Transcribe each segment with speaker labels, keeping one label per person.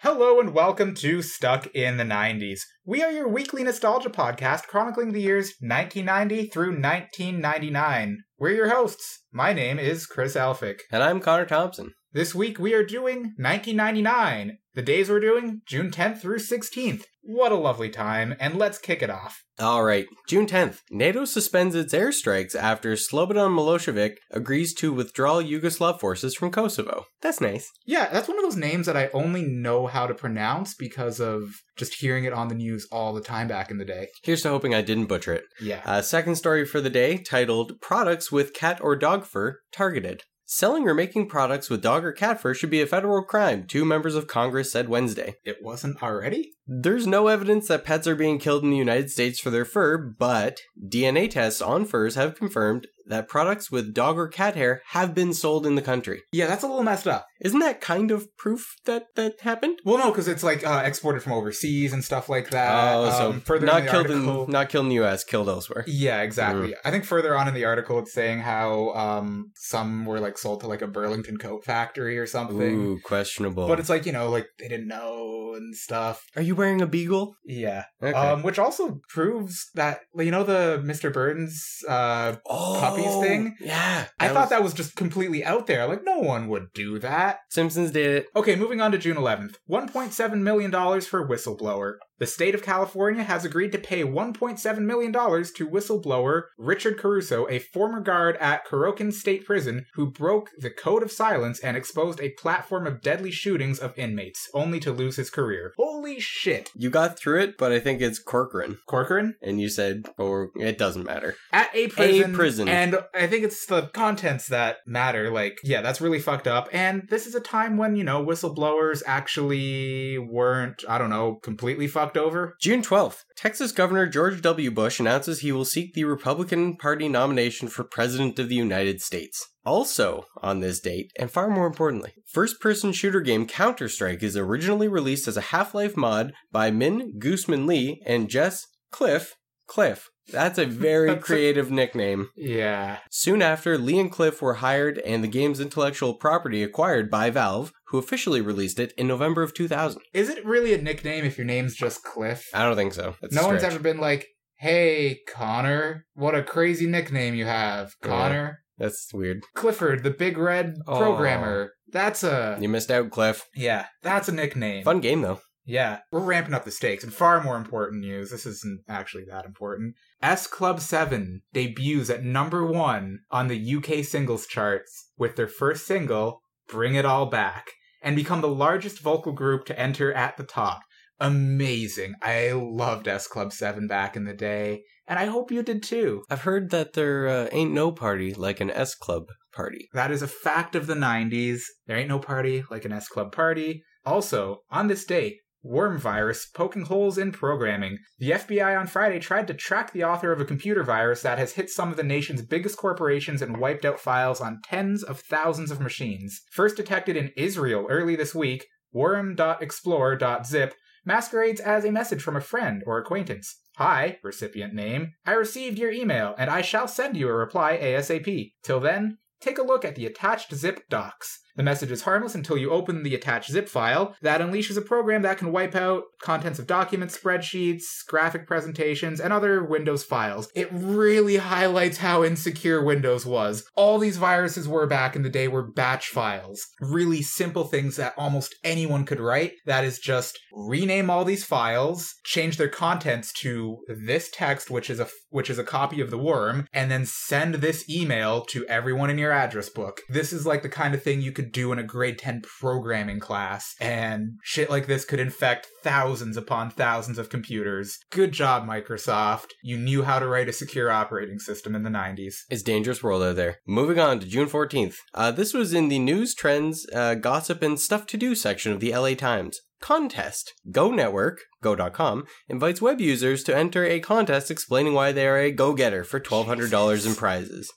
Speaker 1: Hello and welcome to Stuck in the 90s. We are your weekly nostalgia podcast chronicling the years 1990 through 1999. We're your hosts. My name is Chris Alphick.
Speaker 2: And I'm Connor Thompson.
Speaker 1: This week we are doing 1999. The days we're doing June 10th through 16th. What a lovely time, and let's kick it off.
Speaker 2: All right, June 10th. NATO suspends its airstrikes after Slobodan Milosevic agrees to withdraw Yugoslav forces from Kosovo. That's nice.
Speaker 1: Yeah, that's one of those names that I only know how to pronounce because of just hearing it on the news all the time back in the day.
Speaker 2: Here's to hoping I didn't butcher it.
Speaker 1: Yeah.
Speaker 2: Uh, second story for the day titled Products with Cat or Dog Fur Targeted. Selling or making products with dog or cat fur should be a federal crime, two members of Congress said Wednesday.
Speaker 1: It wasn't already?
Speaker 2: There's no evidence that pets are being killed in the United States for their fur, but DNA tests on furs have confirmed that products with dog or cat hair have been sold in the country.
Speaker 1: Yeah, that's a little messed up.
Speaker 2: Isn't that kind of proof that that happened?
Speaker 1: Well, no, because it's like uh, exported from overseas and stuff like that.
Speaker 2: oh, so
Speaker 1: Um, further
Speaker 2: not
Speaker 1: in the
Speaker 2: killed
Speaker 1: article-
Speaker 2: in not killed in the Mm. U.S., killed elsewhere.
Speaker 1: Yeah, exactly. I think further on in the article, it's saying how um, some were like sold to like a Burlington coat factory or something.
Speaker 2: Ooh, questionable.
Speaker 1: But it's like you know, like they didn't know and stuff.
Speaker 2: Are you wearing a beagle?
Speaker 1: Yeah,
Speaker 2: Okay.
Speaker 1: um, which also proves that you know the Mister Burns. Uh,
Speaker 2: oh,
Speaker 1: puppies thing?
Speaker 2: Yeah,
Speaker 1: I thought that was just completely out there. Like no one would do that.
Speaker 2: Simpsons did it.
Speaker 1: Okay, moving on to June 11th. $1.7 million for whistleblower. The state of California has agreed to pay $1.7 million to whistleblower Richard Caruso, a former guard at Corokin State Prison who broke the code of silence and exposed a platform of deadly shootings of inmates, only to lose his career. Holy shit.
Speaker 2: You got through it, but I think it's Corcoran,
Speaker 1: Corcoran?
Speaker 2: and you said, "Oh, it doesn't matter."
Speaker 1: At a prison.
Speaker 2: prison.
Speaker 1: And I think it's the contents that matter. Like, yeah, that's really fucked up. And this is a time when, you know, whistleblowers actually weren't, I don't know, completely fucked over.
Speaker 2: June 12th, Texas Governor George W. Bush announces he will seek the Republican Party nomination for President of the United States. Also on this date, and far more importantly, first person shooter game Counter Strike is originally released as a Half Life mod by Min Gooseman Lee and Jess Cliff. Cliff. That's a very
Speaker 1: That's a-
Speaker 2: creative nickname.
Speaker 1: Yeah.
Speaker 2: Soon after, Lee and Cliff were hired and the game's intellectual property acquired by Valve, who officially released it in November of 2000.
Speaker 1: Is it really a nickname if your name's just Cliff?
Speaker 2: I don't think so. That's Uh, a
Speaker 1: no one's
Speaker 2: stretch.
Speaker 1: ever been like, hey, Connor, what a crazy nickname you have,
Speaker 2: Yeah. Oh.
Speaker 1: Connor.
Speaker 2: That's weird.
Speaker 1: Clifford, the big red
Speaker 2: Aw.
Speaker 1: programmer. That's a.
Speaker 2: You missed out, Cliff.
Speaker 1: Yeah, that's a nickname.
Speaker 2: Fun game though.
Speaker 1: Yeah, we're ramping up the stakes, and far more important news. This isn't actually that important. S Club 7 debuts at number one on the UK singles charts with their first single, Bring It All Back, and become the largest vocal group to enter at the top. Amazing. I loved S Club 7 back in the day, and I hope you did too.
Speaker 2: I've heard that there uh, ain't no party like an S Club party.
Speaker 1: That is a fact of the 90s. There ain't no party like an S Club party. Also, on this date, worm virus poking holes in programming. The FBI on Friday tried to track the author of a computer virus that has hit some of the nation's biggest corporations and wiped out files on tens of thousands of machines. First detected in Israel early this week, worm.explorer.zip masquerades as a message from a friend or acquaintance. Hi, recipient name. I received your email and I shall send you a reply ASAP. Till then, Take a look at the attached zip docs. The message is harmless until you open the attached zip file. That unleashes a program that can wipe out contents of documents, spreadsheets, graphic presentations, and other Windows files. It really highlights how insecure Windows was. All these viruses were back in the day were batch files. Really simple things that almost anyone could write. That is just rename all these files, change their contents to this text, which is a which is a copy of the worm, and then send this email to everyone in your address book. This is like the kind of thing you could do in a grade 10 programming class, and shit like this could infect thousands upon thousands of computers. Good job, Microsoft. You knew how to write a secure operating system in the 90s.
Speaker 2: It's a dangerous world out there. Moving on to June 14th. Uh, this was in the news, trends, uh, gossip, and stuff to do section of the LA Times. Contest. Go Network, go.com, invites web users to enter a contest explaining why they are a go getter for $1,200 in
Speaker 1: Jesus.
Speaker 2: prizes.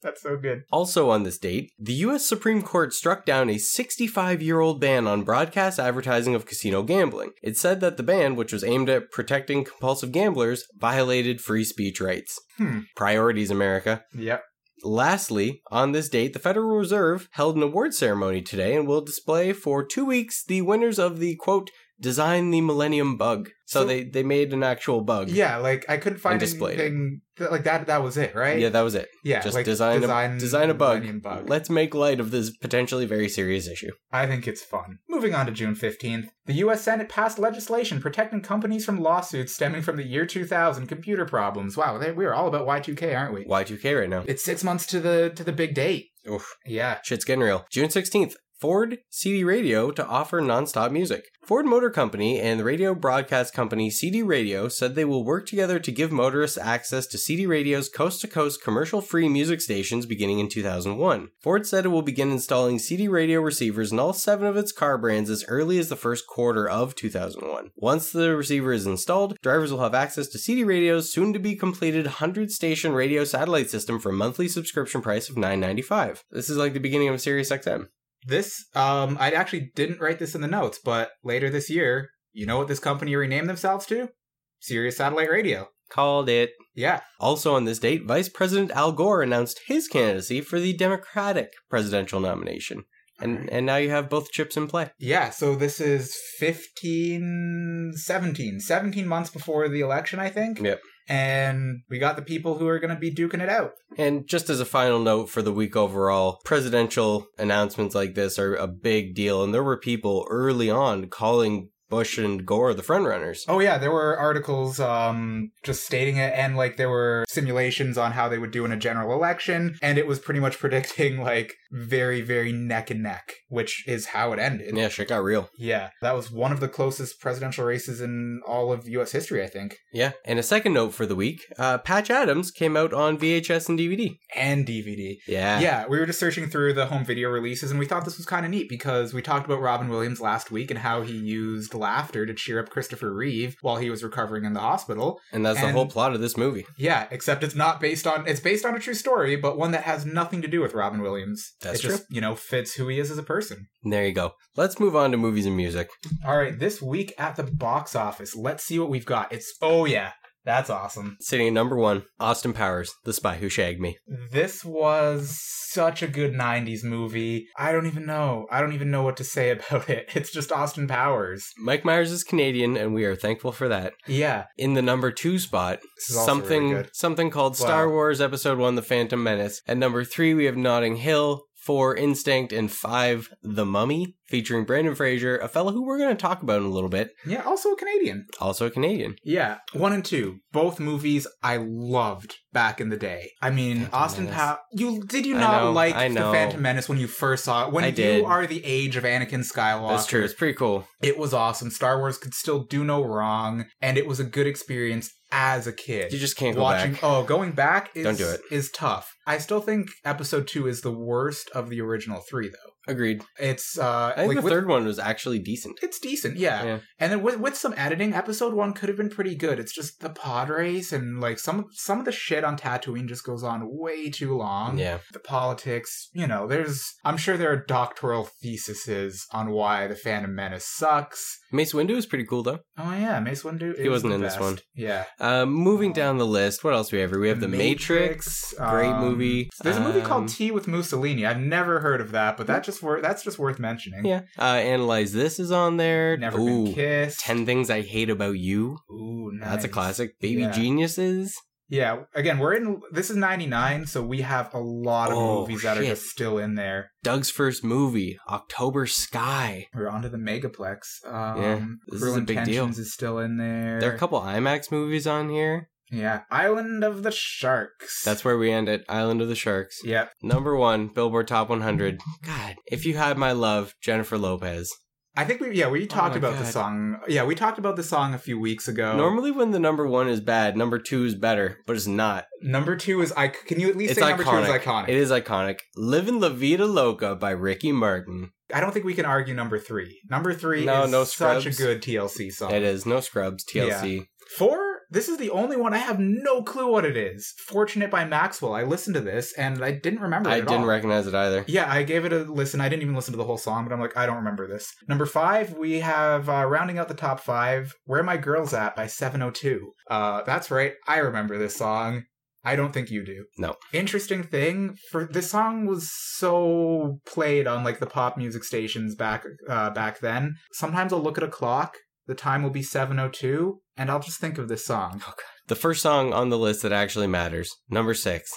Speaker 1: That's so good.
Speaker 2: Also on this date, the US Supreme Court struck down a 65 year old ban on broadcast advertising of casino gambling. It said that the ban, which was aimed at protecting compulsive gamblers, violated free speech rights.
Speaker 1: Hmm.
Speaker 2: Priorities, America.
Speaker 1: Yep.
Speaker 2: Lastly, on this date, the Federal Reserve held an award ceremony today and will display for two weeks the winners of the quote, design the millennium bug. So,
Speaker 1: So-
Speaker 2: they, they made an actual bug.
Speaker 1: Yeah, like I couldn't find
Speaker 2: And displayed it.
Speaker 1: anything that, like that. That was it, right?
Speaker 2: Yeah, that was it.
Speaker 1: yeah.
Speaker 2: Just
Speaker 1: like,
Speaker 2: design, a, design a
Speaker 1: Millennium
Speaker 2: bug.
Speaker 1: bug.
Speaker 2: Let's make light of this potentially very serious issue.
Speaker 1: I think it's fun. Moving on to June 15th, the US Senate passed legislation protecting companies from lawsuits stemming from the year 2000 computer problems. Wow, they, we are all about Y2K, aren't we?
Speaker 2: Y2K right now.
Speaker 1: It's 6 months to the to the big date.
Speaker 2: Oof.
Speaker 1: Yeah.
Speaker 2: Shit's getting real. June 16th, Ford CD Radio to offer nonstop music. Ford Motor Company and the radio broadcast company CD Radio said they will work together to give motorists access to CD Radio's coast to coast commercial free music stations beginning in 2001. Ford said it will begin installing CD Radio receivers in all seven of its car brands as early as the first quarter of 2001. Once the receiver is installed, drivers will have access to CD Radio's soon to be completed 100 station radio satellite system for a monthly subscription price of $9.95. This is like the beginning of Sirius XM.
Speaker 1: This um I actually didn't write this in the notes, but later this year, you know what this company renamed themselves to? Sirius Satellite Radio.
Speaker 2: Called it.
Speaker 1: Yeah.
Speaker 2: Also on this date, Vice President Al Gore announced his candidacy for the Democratic presidential nomination. And, and now you have both chips in play.
Speaker 1: Yeah, so this is 15, 17, 17 months before the election, I think.
Speaker 2: Yep.
Speaker 1: And we got the people who are going to be duking it out.
Speaker 2: And just as a final note for the week overall, presidential announcements like this are a big deal. And there were people early on calling Bush and Gore the frontrunners.
Speaker 1: Oh yeah, there were articles um just stating it and like there were simulations on how they would do in a general election and it was pretty much predicting like very very neck and neck, which is how it ended.
Speaker 2: Yeah, shit got real.
Speaker 1: Yeah, that was one of the closest presidential races in all of US history, I think.
Speaker 2: Yeah. And a second note for the week uh, Patch Adams came out on VHS and DVD.
Speaker 1: And DVD.
Speaker 2: Yeah.
Speaker 1: Yeah, we were just searching through the home video releases, and we thought this was kind of neat because we talked about Robin Williams last week and how he used laughter to cheer up Christopher Reeve while he was recovering in the hospital.
Speaker 2: And that's the
Speaker 1: And-
Speaker 2: whole plot of this movie.
Speaker 1: Yeah, except it's not based on it's based on a true story, but one that has nothing to do with Robin Williams.
Speaker 2: That's
Speaker 1: it just, you know, fits who he is as a person.
Speaker 2: And there you go. Let's move on to movies and music.
Speaker 1: All right, this week at the box office, let's see what we've got. It's oh yeah, that's awesome.
Speaker 2: Sitting at number one, Austin Powers, The Spy Who Shagged Me.
Speaker 1: this was such a good 90s movie. I don't even know. I don't even know what to say about it. It's just Austin Powers.
Speaker 2: Mike Myers is Canadian, and we are thankful for that.
Speaker 1: Yeah.
Speaker 2: In the number two spot,
Speaker 1: This is also really
Speaker 2: something
Speaker 1: good.
Speaker 2: something called
Speaker 1: Wow.
Speaker 2: Star Wars Episode One: The Phantom Menace. At number three, we have Notting Hill. Four, Instinct, and five, The Mummy, featuring Brandon Fraser, a fellow who we're going to talk about in a little bit,
Speaker 1: Yeah, also a Canadian.
Speaker 2: also a Canadian.
Speaker 1: Yeah. One and two. Both movies I loved back in the day. I mean,
Speaker 2: Phantom
Speaker 1: Austin
Speaker 2: Menace.
Speaker 1: Powers. You did you
Speaker 2: I
Speaker 1: not
Speaker 2: know,
Speaker 1: like
Speaker 2: I know.
Speaker 1: the Phantom Menace when you first saw it? When
Speaker 2: I
Speaker 1: you
Speaker 2: did.
Speaker 1: are the age of Anakin Skywalker.
Speaker 2: That's true. It's pretty cool.
Speaker 1: It was awesome. Star Wars could still do no wrong, and it was a good experience as a kid.
Speaker 2: You just can't go
Speaker 1: watching
Speaker 2: back.
Speaker 1: oh going back is,
Speaker 2: Don't do it.
Speaker 1: is tough i still think episode two is the worst of the original three though
Speaker 2: Agreed.
Speaker 1: it's uh
Speaker 2: I think
Speaker 1: like
Speaker 2: the
Speaker 1: with-
Speaker 2: third one was actually decent.
Speaker 1: it's decent yeah.
Speaker 2: Yeah.
Speaker 1: and then with, with some editing episode one could have been pretty good it's just the pod race and like some some of the shit on tatooine just goes on way too long
Speaker 2: Yeah.
Speaker 1: the politics you know there's i'm sure there are doctoral theses on why the phantom menace sucks
Speaker 2: Mace Windu is pretty cool, though.
Speaker 1: oh yeah mace windu
Speaker 2: He
Speaker 1: is
Speaker 2: wasn't
Speaker 1: the
Speaker 2: in this
Speaker 1: best.
Speaker 2: one.
Speaker 1: yeah
Speaker 2: Uh, moving down the list, what else do we have? here? We have The Matrix. Great movie.
Speaker 1: um, There's a movie
Speaker 2: Um,
Speaker 1: called Tea with Mussolini. I've never heard of that, but that just wor- that's just worth mentioning.
Speaker 2: Yeah. Uh, Analyze This is on there.
Speaker 1: Never
Speaker 2: Ooh,
Speaker 1: been kissed.
Speaker 2: 10 Things I Hate About You.
Speaker 1: Ooh,
Speaker 2: That's a
Speaker 1: nice.
Speaker 2: classic. Baby
Speaker 1: Yeah.
Speaker 2: Geniuses.
Speaker 1: Yeah. Again, we're in. This is '99, so we have a lot of
Speaker 2: Oh,
Speaker 1: movies that are
Speaker 2: shit.
Speaker 1: just still in there.
Speaker 2: Doug's first movie, October Sky.
Speaker 1: We're onto the megaplex. Um,
Speaker 2: Yeah, this
Speaker 1: Cruel
Speaker 2: is a big deal.
Speaker 1: Intentions is still in there.
Speaker 2: There are a couple IMAX movies on here.
Speaker 1: yeah, Island of the Sharks.
Speaker 2: That's where we end it. Island of the Sharks.
Speaker 1: yeah.
Speaker 2: Number one, Billboard Top 100. God, if you had my love, Jennifer Lopez.
Speaker 1: I think we yeah we talked
Speaker 2: Oh my
Speaker 1: about the
Speaker 2: God.
Speaker 1: song. Yeah, we talked about the song a few weeks ago.
Speaker 2: Normally, when the number one is bad, number two is better, but it's not.
Speaker 1: number two is I. Can you at least
Speaker 2: It's
Speaker 1: say number two is
Speaker 2: iconic.
Speaker 1: iconic?
Speaker 2: It is iconic. Living La Vida Loca by Ricky Martin.
Speaker 1: I don't think we can argue number three. Number three
Speaker 2: No,
Speaker 1: is
Speaker 2: no
Speaker 1: such a
Speaker 2: scrubs.
Speaker 1: good TLC song.
Speaker 2: It is. No Scrubs, TLC.
Speaker 1: Four, this is the only one I have no clue what it is. Fortunate by Maxwell. I listened to this and I didn't remember it.
Speaker 2: I
Speaker 1: at
Speaker 2: didn't
Speaker 1: all.
Speaker 2: recognize it either.
Speaker 1: Yeah, I gave it a listen. I didn't even listen to the whole song, but I'm like, I don't remember this. Number five, we have uh, rounding out the top oh five, "Where My Girls At" by 702. Uh, that's right, I remember this song. I don't think you do.
Speaker 2: No.
Speaker 1: Interesting thing for this song was so played on like the pop music stations back uh, back then. Sometimes I'll look at a clock. The time will be seven oh two, and I'll just think of this song.
Speaker 2: The first song on the list that actually matters, number six,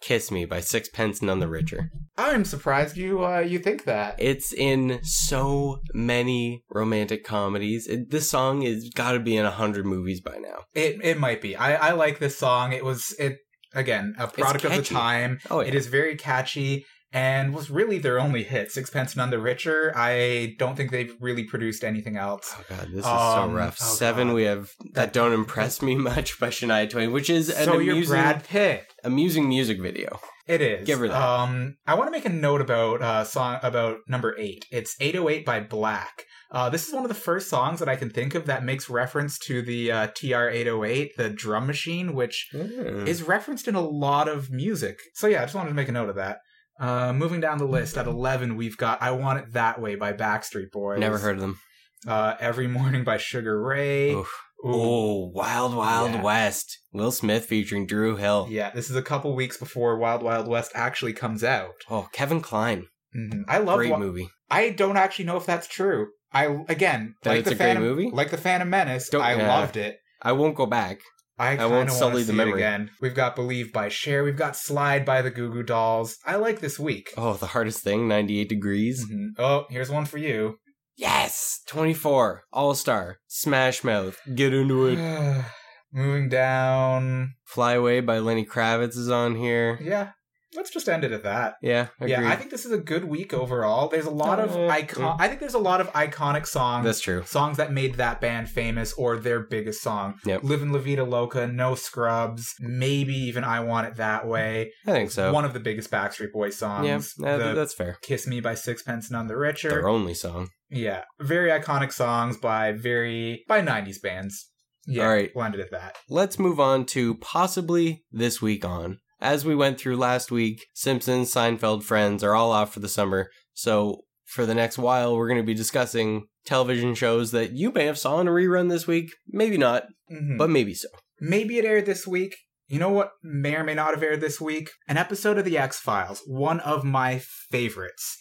Speaker 2: Kiss Me by Sixpence None the Richer.
Speaker 1: I'm surprised you uh, you think that.
Speaker 2: It's in so many romantic comedies. It, this song has got to be in a 100 movies by now.
Speaker 1: It it might be. I I like this song. It was it again a product of the
Speaker 2: catchy.
Speaker 1: time.
Speaker 2: Oh,
Speaker 1: It is very catchy and was really their only hit. Sixpence None the Richer. I don't think they've really produced anything else.
Speaker 2: Oh god, this is
Speaker 1: Um,
Speaker 2: so rough.
Speaker 1: oh,
Speaker 2: Seven,
Speaker 1: God.
Speaker 2: we have that
Speaker 1: That-
Speaker 2: don't impress me much by Shania Twain, which is an
Speaker 1: so you're
Speaker 2: amusing,
Speaker 1: Brad Pitt.
Speaker 2: amusing music video.
Speaker 1: It is.
Speaker 2: Give her that.
Speaker 1: Um, I want to make a note about uh, song about number eight. It's 808 by Black. Uh, this is one of the first songs that I can think of that makes reference to the uh, TR-808, the drum machine, which
Speaker 2: Hmm.
Speaker 1: is referenced in a lot of music. So yeah, I just wanted to make a note of that. Uh, moving down the list at 11, we've got "I Want It That Way" by Backstreet Boys.
Speaker 2: Never heard of them.
Speaker 1: Uh, "Every Morning" by Sugar Ray.
Speaker 2: Oof.
Speaker 1: Ooh.
Speaker 2: Oh, Wild Wild
Speaker 1: Yeah.
Speaker 2: West. Will Smith featuring Drew Hill.
Speaker 1: Yeah, this is a couple weeks before Wild Wild West actually comes out.
Speaker 2: Oh, Kevin Klein.
Speaker 1: Mhm. I love
Speaker 2: great
Speaker 1: Wi-
Speaker 2: movie.
Speaker 1: I don't actually know if that's true. I again
Speaker 2: That
Speaker 1: like
Speaker 2: it's
Speaker 1: the
Speaker 2: a great
Speaker 1: Phantom,
Speaker 2: movie?
Speaker 1: like the Phantom Menace.
Speaker 2: Don't-
Speaker 1: I
Speaker 2: yeah.
Speaker 1: loved it.
Speaker 2: I won't go back.
Speaker 1: I,
Speaker 2: I won't sully the
Speaker 1: the
Speaker 2: memory.
Speaker 1: memory. Again, we've got Believe by Cher. We've got Slide by the Goo Goo Dolls. I like this week.
Speaker 2: Oh, the hardest thing, 98 degrees.
Speaker 1: Mhm. Oh, here's one for you.
Speaker 2: Yes! 24. All Star. Smash Mouth. Get into it.
Speaker 1: Moving down.
Speaker 2: Fly Away by Lenny Kravitz is on here.
Speaker 1: Yeah, let's just end it at that.
Speaker 2: Yeah, agreed.
Speaker 1: Yeah, I think this is a good week overall. There's a lot of
Speaker 2: Uh,
Speaker 1: icon. I think there's a lot of iconic songs.
Speaker 2: That's true.
Speaker 1: songs that made that band famous or their biggest song.
Speaker 2: Yep.
Speaker 1: Livin' La Vida Loca, No Scrubs, maybe even I Want It That Way.
Speaker 2: I think so.
Speaker 1: One of the biggest Backstreet Boys songs.
Speaker 2: yeah, uh, that-
Speaker 1: the
Speaker 2: that's fair.
Speaker 1: Kiss Me by Sixpence None the
Speaker 2: Their
Speaker 1: Richer.
Speaker 2: only song.
Speaker 1: Yeah. Very iconic songs by very by 90s bands. Yeah.
Speaker 2: All right.
Speaker 1: Blended at that.
Speaker 2: Let's move on to possibly this week on. As we went through last week, Simpsons, Seinfeld, Friends are all off for the summer. So for the next while, we're going to be discussing television shows that you may have saw in a rerun this week. Maybe not,
Speaker 1: Mhm.
Speaker 2: but maybe so.
Speaker 1: maybe it aired this week. You know what may or may not have aired this week? An episode of The X Files, one of my favorites.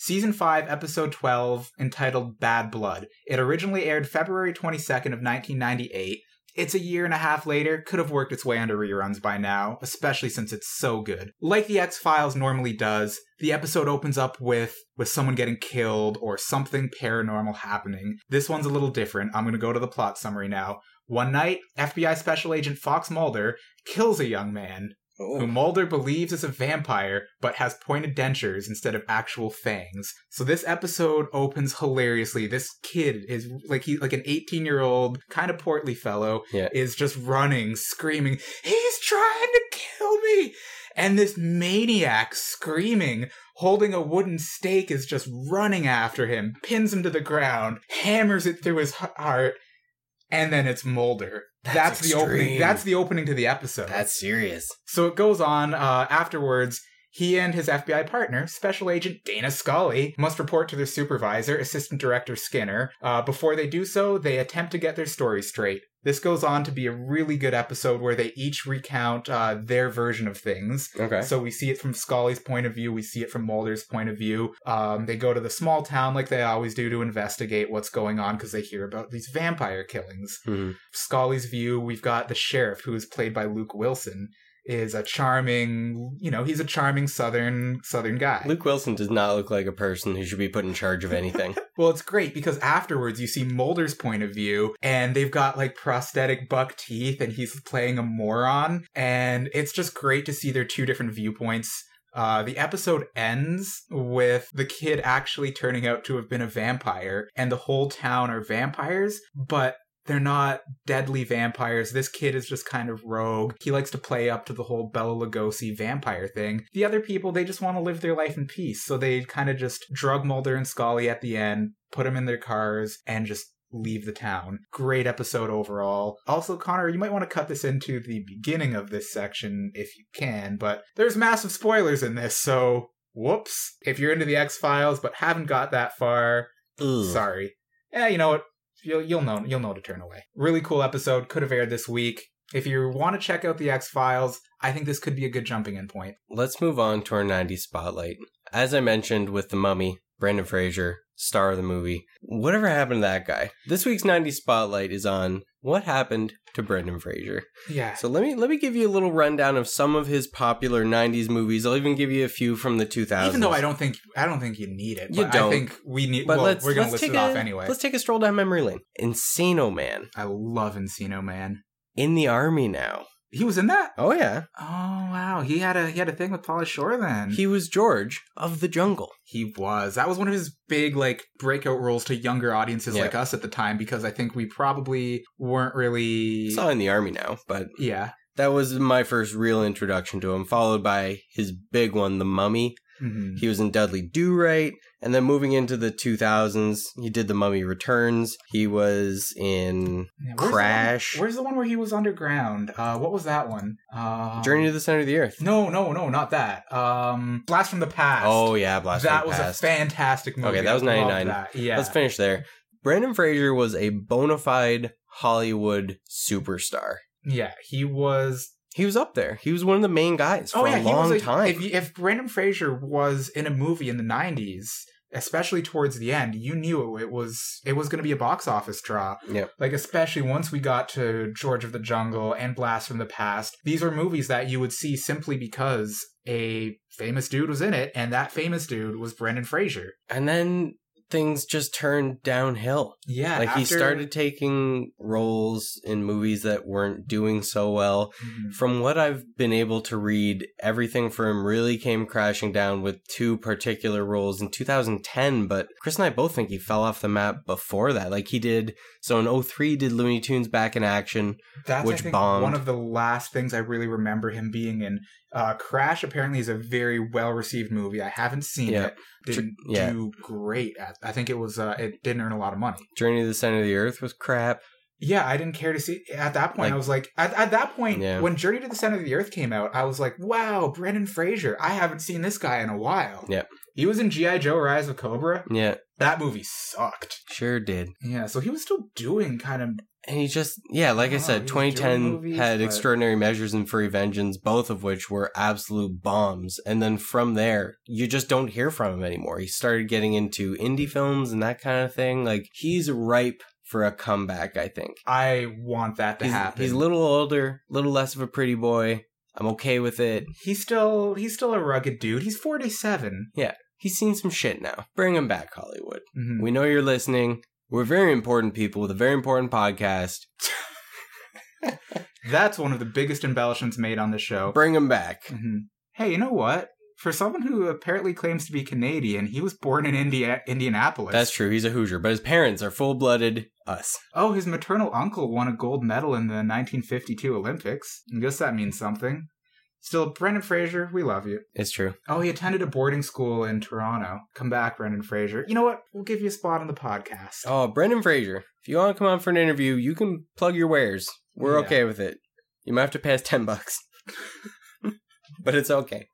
Speaker 1: Season 5, episode 12, entitled Bad Blood. It originally aired February 22nd of 1998. It's a year and a half later, could have worked its way onto reruns by now, especially since it's so good. Like The X-Files normally does, the episode opens up with with someone getting killed or something paranormal happening. This one's a little different. I'm going to go to the plot summary now. One night, FBI special agent Fox Mulder kills a young man who Mulder believes is a vampire but has pointed dentures instead of actual fangs. So this episode opens hilariously. This kid is like he like an 18-year-old kind of portly fellow
Speaker 2: Yeah.
Speaker 1: is just running screaming, "He's trying to kill me!" And this maniac screaming, holding a wooden stake is just running after him, pins him to the ground, hammers it through his h- heart, and then it's Mulder.
Speaker 2: That's
Speaker 1: That's, the opening.
Speaker 2: extreme.
Speaker 1: That's the opening to the episode.
Speaker 2: That's serious.
Speaker 1: So it goes on uh, afterwards. He and his FBI partner, Special Agent Dana Scully, must report to their supervisor, Assistant Director Skinner. Uh, before they do so, they attempt to get their story straight. This goes on to be a really good episode where they each recount uh, their version of things.
Speaker 2: Okay.
Speaker 1: So we see it from Scully's point of view, we see it from Mulder's point of view. Um, they go to the small town like they always do to investigate what's going on because they hear about these vampire killings.
Speaker 2: Mhm.
Speaker 1: Scully's view, we've got the sheriff, who is played by Luke Wilson, is a charming, you know, he's a charming southern southern guy.
Speaker 2: Luke Wilson does not look like a person who should be put in charge of anything.
Speaker 1: Well, it's great because afterwards you see Mulder's point of view, and they've got like prosthetic buck teeth, and he's playing a moron, and it's just great to see their two different viewpoints. Uh, the episode ends with the kid actually turning out to have been a vampire, and the whole town are vampires, but they're not deadly vampires. This kid is just kind of rogue. He likes to play up to the whole Bella Lugosi vampire thing. The other people, they just want to live their life in peace. So they kind of just drug Mulder and Scully at the end, put them in their cars, and just leave the town. Great episode overall. Also, Connor, you might want to cut this into the beginning of this section if you can, but there's massive spoilers in this, so whoops. If you're into the X Files but haven't got that far,
Speaker 2: Ugh.
Speaker 1: sorry. Yeah, Eh, you know what? You'll, you'll know you'll know to turn away. Really cool episode. Could have aired this week. If you want to check out the X Files, I think this could be a good jumping in point.
Speaker 2: Let's move on to our 90s spotlight. As I mentioned with The Mummy, Brandon Fraser, star of the movie, whatever happened to that guy? This week's 90s spotlight is on what happened to Brendan Fraser.
Speaker 1: Yeah.
Speaker 2: So let me let me give you a little rundown of some of his popular 90s movies. I'll even give you a few from the 2000s.
Speaker 1: Even though I don't think I don't think you need it,
Speaker 2: You
Speaker 1: but
Speaker 2: don't.
Speaker 1: I think we need.
Speaker 2: but
Speaker 1: well,
Speaker 2: let's
Speaker 1: we're gonna
Speaker 2: let's
Speaker 1: list
Speaker 2: take
Speaker 1: it off
Speaker 2: a,
Speaker 1: anyway.
Speaker 2: Let's take a stroll down memory lane. Encino Man,
Speaker 1: I love Encino Man.
Speaker 2: in the army now.
Speaker 1: He was in that.
Speaker 2: Oh yeah,
Speaker 1: Oh wow, he had a he had a thing with Paula Shore then.
Speaker 2: he was George of the Jungle.
Speaker 1: He was. That was one of his big like breakout roles to younger audiences
Speaker 2: Yeah.
Speaker 1: like us at the time because I think we probably weren't really
Speaker 2: Saw in the army now, but
Speaker 1: yeah.
Speaker 2: that was my first real introduction to him. Followed by his big one, The Mummy.
Speaker 1: hmm
Speaker 2: He was in Dudley Do Right, and then moving into the 2000s, he did The Mummy Returns. He was in
Speaker 1: Yeah, where's the one-
Speaker 2: Crash,
Speaker 1: where's the one where he was underground? Uh, what was that one? Um,
Speaker 2: Journey to the Center of the Earth.
Speaker 1: No, no, no, not that. Um, Blast from the Past.
Speaker 2: Oh yeah, Blast
Speaker 1: that
Speaker 2: from the
Speaker 1: was
Speaker 2: Past.
Speaker 1: a fantastic movie.
Speaker 2: Okay, that
Speaker 1: I
Speaker 2: was
Speaker 1: loved
Speaker 2: 99.
Speaker 1: that. Yeah,
Speaker 2: Let's finish there. Brandon Fraser was a bona fide Hollywood superstar.
Speaker 1: yeah, he was.
Speaker 2: He was up there. He was one of the main guys for
Speaker 1: oh yeah,
Speaker 2: a long
Speaker 1: he was. a-
Speaker 2: time.
Speaker 1: If, you- if Brandon Fraser was in a movie in the '90s, especially towards the end, you knew it, was it was going to be a box office draw.
Speaker 2: Yeah.
Speaker 1: Like especially once we got to George of the Jungle and Blast from the Past, these were movies that you would see simply because a famous dude was in it, and that famous dude was Brandon Fraser.
Speaker 2: and then things just turned downhill.
Speaker 1: Yeah,
Speaker 2: Like he
Speaker 1: after-
Speaker 2: started taking roles in movies that weren't doing so well.
Speaker 1: Mhm.
Speaker 2: From what I've been able to read, everything for him really came crashing down with two particular roles in 2010, but Chris and I both think he fell off the map before that. Like he did so in 03 did Looney Tunes back in action.
Speaker 1: That's
Speaker 2: which
Speaker 1: I think
Speaker 2: bombed.
Speaker 1: one of the last things I really remember him being in. Uh, Crash apparently is a very well received movie. I haven't seen
Speaker 2: Yeah.
Speaker 1: it. Didn't
Speaker 2: Tr- yeah.
Speaker 1: do great. At, I think it was. Uh, it didn't earn a lot of money.
Speaker 2: Journey to the Center of the Earth was crap.
Speaker 1: Yeah, I didn't care to see. At that point,
Speaker 2: Like-
Speaker 1: I was like, at, at that point,
Speaker 2: Yeah.
Speaker 1: when Journey to the Center of the Earth came out, I was like, wow, Brendan Fraser. I haven't seen this guy in a while.
Speaker 2: Yeah.
Speaker 1: He was in G.I. Joe Rise of Cobra.
Speaker 2: Yeah,
Speaker 1: That movie sucked.
Speaker 2: sure did.
Speaker 1: Yeah, so he was still doing kind of
Speaker 2: And he just, yeah, like I
Speaker 1: Oh, he
Speaker 2: said,
Speaker 1: was doing
Speaker 2: 2010
Speaker 1: movies,
Speaker 2: had
Speaker 1: but-
Speaker 2: extraordinary measures and Furry Vengeance, both of which were absolute bombs. And then from there, you just don't hear from him anymore. He started getting into indie films and that kind of thing. Like he's ripe for a comeback, I think.
Speaker 1: I want that to
Speaker 2: He's,
Speaker 1: happen.
Speaker 2: he's a little older, a little less of a pretty boy. I'm okay with it.
Speaker 1: He's still he's still a rugged dude. He's 47.
Speaker 2: He's seen some shit now. Bring him back, Hollywood.
Speaker 1: Mhm.
Speaker 2: We know you're listening. We're very important people with a very important podcast.
Speaker 1: That's one of the biggest embellishments made on the show.
Speaker 2: Bring him back.
Speaker 1: Mhm. Hey, you know what? For someone who apparently claims to be Canadian, he was born in India- Indianapolis.
Speaker 2: That's true. He's a Hoosier, but his parents are full blooded us.
Speaker 1: Oh, his maternal uncle won a gold medal in the 1952 Olympics. I guess that means something. Still, Brendan Fraser, we love you.
Speaker 2: It's true.
Speaker 1: Oh, he attended a boarding school in Toronto. Come back, Brendan Fraser. You know what? We'll give you a spot on the podcast.
Speaker 2: Oh, Brendan Fraser. If you want to come on for an interview, you can plug your wares. We're
Speaker 1: Yeah.
Speaker 2: okay with it. You might have to pay us 10 bucks. but it's okay.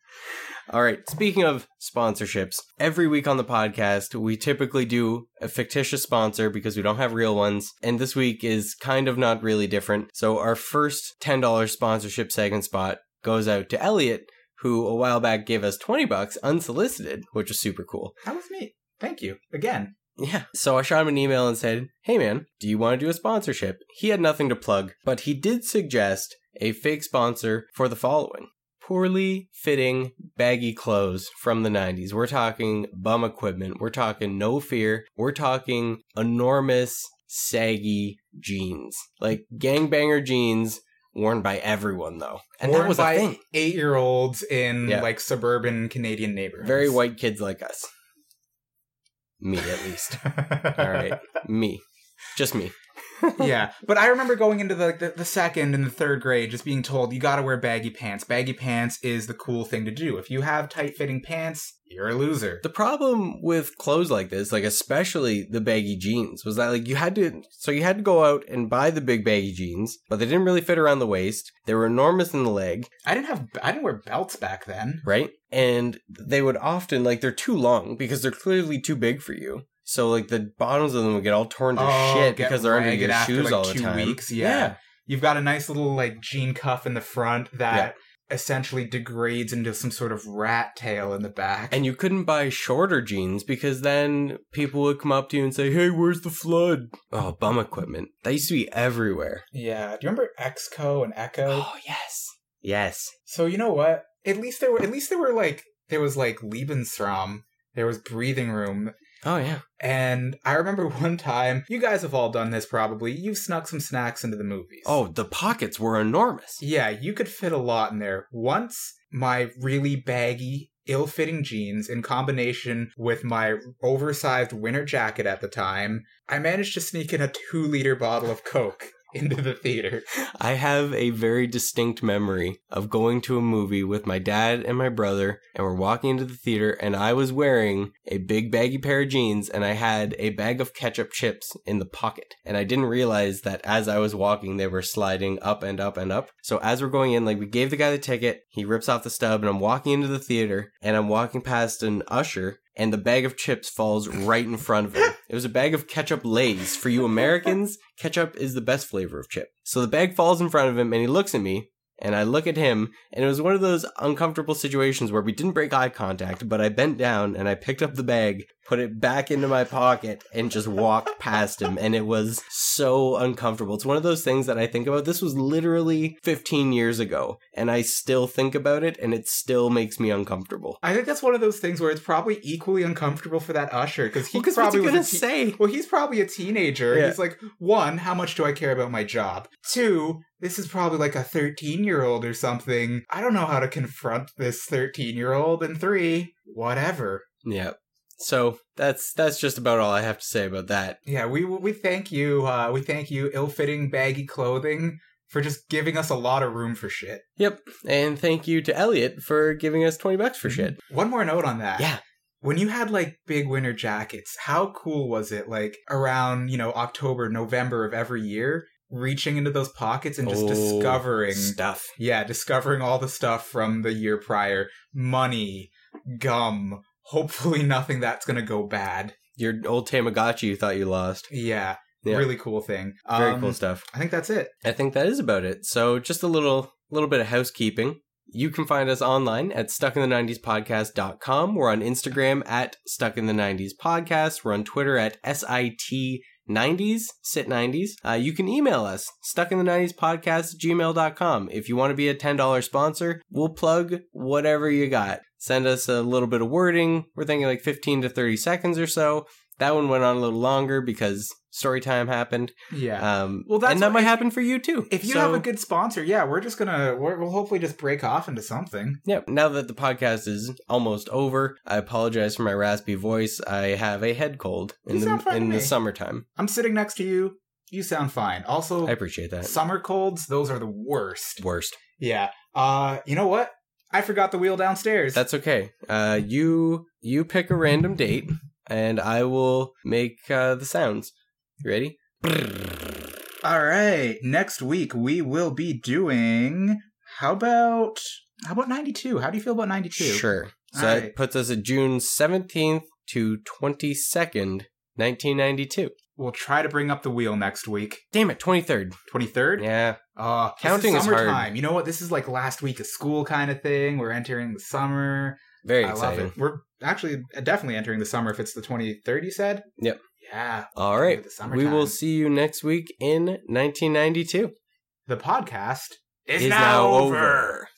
Speaker 2: All right. Speaking of sponsorships, every week on the podcast, we typically do a fictitious sponsor because we don't have real ones. And this week is kind of not really different. So our first $10 sponsorship segment spot goes out to Elliot, who a while back gave us 20 bucks unsolicited, which was super cool.
Speaker 1: That was me. Thank you. Again.
Speaker 2: Yeah. So I shot him an email and said, Hey man, do you want to do a sponsorship? He had nothing to plug, but he did suggest a fake sponsor for the following poorly fitting baggy clothes from the 90s. We're talking bum equipment. We're talking no fear. We're talking enormous, saggy jeans. Like gangbanger jeans worn by everyone, though. And that
Speaker 1: Worn
Speaker 2: was
Speaker 1: by
Speaker 2: a thing.
Speaker 1: eight year olds in
Speaker 2: Yeah.
Speaker 1: like suburban Canadian neighborhoods.
Speaker 2: Very white kids like us. Me, at least. All right. Me. Just me.
Speaker 1: yeah, but I remember going into the, the the second and the third grade, just being told you got to wear baggy pants. Baggy pants is the cool thing to do. If you have tight fitting pants, you're a loser.
Speaker 2: The problem with clothes like this, like especially the baggy jeans, was that like you had to so you had to go out and buy the big baggy jeans, but they didn't really fit around the waist. They were enormous in the leg,
Speaker 1: I didn't have I didn't wear belts back then.
Speaker 2: right? And they would often like they're too long because they're clearly too big for you. So like the bottoms of them would get all torn to
Speaker 1: Oh,
Speaker 2: shit
Speaker 1: get
Speaker 2: because they're under
Speaker 1: ragged
Speaker 2: your
Speaker 1: after,
Speaker 2: shoes
Speaker 1: like,
Speaker 2: all the
Speaker 1: two
Speaker 2: time.
Speaker 1: weeks, yeah. You've got a nice little like jean cuff in the front that essentially degrades into some sort of rat tail in the back.
Speaker 2: And you couldn't buy shorter jeans because then people would come up to you and say, "Hey, where's the flood?" Oh, bum equipment. That used to be everywhere.
Speaker 1: yeah, do you remember Exco and Echo?
Speaker 2: Oh yes, yes.
Speaker 1: so you know what? At least there were at least there were like there was like Lebensraum, there was breathing room,
Speaker 2: Oh yeah.
Speaker 1: and I remember one time you guys have all done this probably. You've snuck some snacks into the movies.
Speaker 2: Oh, the pockets were enormous.
Speaker 1: Yeah, you could fit a lot in there. Once my really baggy, ill fitting jeans, in combination with my oversized winter jacket at the time, I managed to sneak in a two liter bottle of Coke into the theater.
Speaker 2: I have a very distinct memory of going to a movie with my dad and my brother, and we're walking into the theater, and I was wearing a big baggy pair of jeans, and I had a bag of ketchup chips in the pocket. And I didn't realize that as I was walking, they were sliding up and up and up. So as we're going in, like we gave the guy the ticket, he rips off the stub, and I'm walking into the theater, and I'm walking past an usher. And the bag of chips falls right in front of him. It was a bag of ketchup lays. For you Americans, ketchup is the best flavor of chip. So the bag falls in front of him and he looks at me and I look at him and it was one of those uncomfortable situations where we didn't break eye contact, but I bent down and I picked up the bag, put it back into my pocket and just walked past him and it was so uncomfortable. It's one of those things that I think about. This was literally 15 years ago and I still think about it and it still makes me uncomfortable.
Speaker 1: I think that's one of those things where it's probably equally uncomfortable for that usher because he
Speaker 2: Because what's
Speaker 1: probably
Speaker 2: he gonna
Speaker 1: was a te-
Speaker 2: say?
Speaker 1: well, he's probably a teenager.
Speaker 2: Yeah.
Speaker 1: He's like, one, how much do I care about my job? Two, this is probably like a 13 year old or something. I don't know how to confront this 13 year old. And three, whatever.
Speaker 2: Yeah. So that's that's just about all I have to say about that.
Speaker 1: Yeah, we we thank you. Uh, we thank you, ill-fitting, baggy clothing, for just giving us a lot of room for shit.
Speaker 2: Yep. And thank you to Elliot for giving us 20 bucks for shit.
Speaker 1: One more note on that.
Speaker 2: Yeah.
Speaker 1: When you had like big winter jackets, how cool was it? Like around you know October, November of every year, reaching into those pockets and just
Speaker 2: Oh,
Speaker 1: discovering.
Speaker 2: Stuff.
Speaker 1: yeah, discovering all the stuff from the year prior: money, gum. Hopefully, nothing that's gonna go bad.
Speaker 2: Your old Tamagotchi you thought you lost.
Speaker 1: Yeah,
Speaker 2: Yeah.
Speaker 1: really cool thing.
Speaker 2: Very
Speaker 1: Um,
Speaker 2: cool stuff.
Speaker 1: I think that's it.
Speaker 2: I think that is about it. So just a little little bit of housekeeping. You can find us online at stuckinthe90spodcast.com. We're on Instagram at stuckinthe90spodcast. We're on Twitter at SIT 90s, sit 90s. Uh, you can email us, stuckinthe90spodcast gmail.com. If you want to be a $10 sponsor, we'll plug whatever you got. Send us a little bit of wording. We're thinking like 15 to 30 seconds or so. That one went on a little longer because story time happened.
Speaker 1: Yeah.
Speaker 2: Um,
Speaker 1: Well, that's
Speaker 2: and that
Speaker 1: what-
Speaker 2: might happen for you too.
Speaker 1: If you
Speaker 2: So,
Speaker 1: have a good sponsor, yeah, we're just gonna we're, we'll hopefully just break off into something.
Speaker 2: yeah. Now that the podcast is almost over, I apologize for my raspy voice. I have a head cold in
Speaker 1: You sound
Speaker 2: the
Speaker 1: fine to
Speaker 2: in the
Speaker 1: me.
Speaker 2: summertime.
Speaker 1: I'm sitting next to you. You sound fine. Also,
Speaker 2: I appreciate that.
Speaker 1: summer colds; those are the worst.
Speaker 2: Worst.
Speaker 1: Yeah. Uh, you know what? I forgot the wheel downstairs.
Speaker 2: That's okay. Uh, you you pick a random date, and I will make uh, the sounds. You ready?
Speaker 1: all right. Next week we will be doing. How about how about 92? How do you feel about 92?
Speaker 2: Sure. So
Speaker 1: All
Speaker 2: that
Speaker 1: right.
Speaker 2: puts us at June seventeenth to twenty second, nineteen ninety two.
Speaker 1: We'll try to bring up the wheel next week.
Speaker 2: Damn it, twenty third.
Speaker 1: 23rd.
Speaker 2: Yeah.
Speaker 1: Uh,
Speaker 2: Counting
Speaker 1: this
Speaker 2: is
Speaker 1: is
Speaker 2: hard.
Speaker 1: summertime. You know what? This is like last week of school kind of thing. We're entering the summer.
Speaker 2: Very
Speaker 1: I
Speaker 2: exciting.
Speaker 1: love it. We're actually definitely entering the summer if it's the 23rd, you said?
Speaker 2: Yep.
Speaker 1: Yeah.
Speaker 2: All right.
Speaker 1: The summertime.
Speaker 2: We will see you next week in 1992.
Speaker 1: The podcast is,
Speaker 2: Is
Speaker 1: now, over.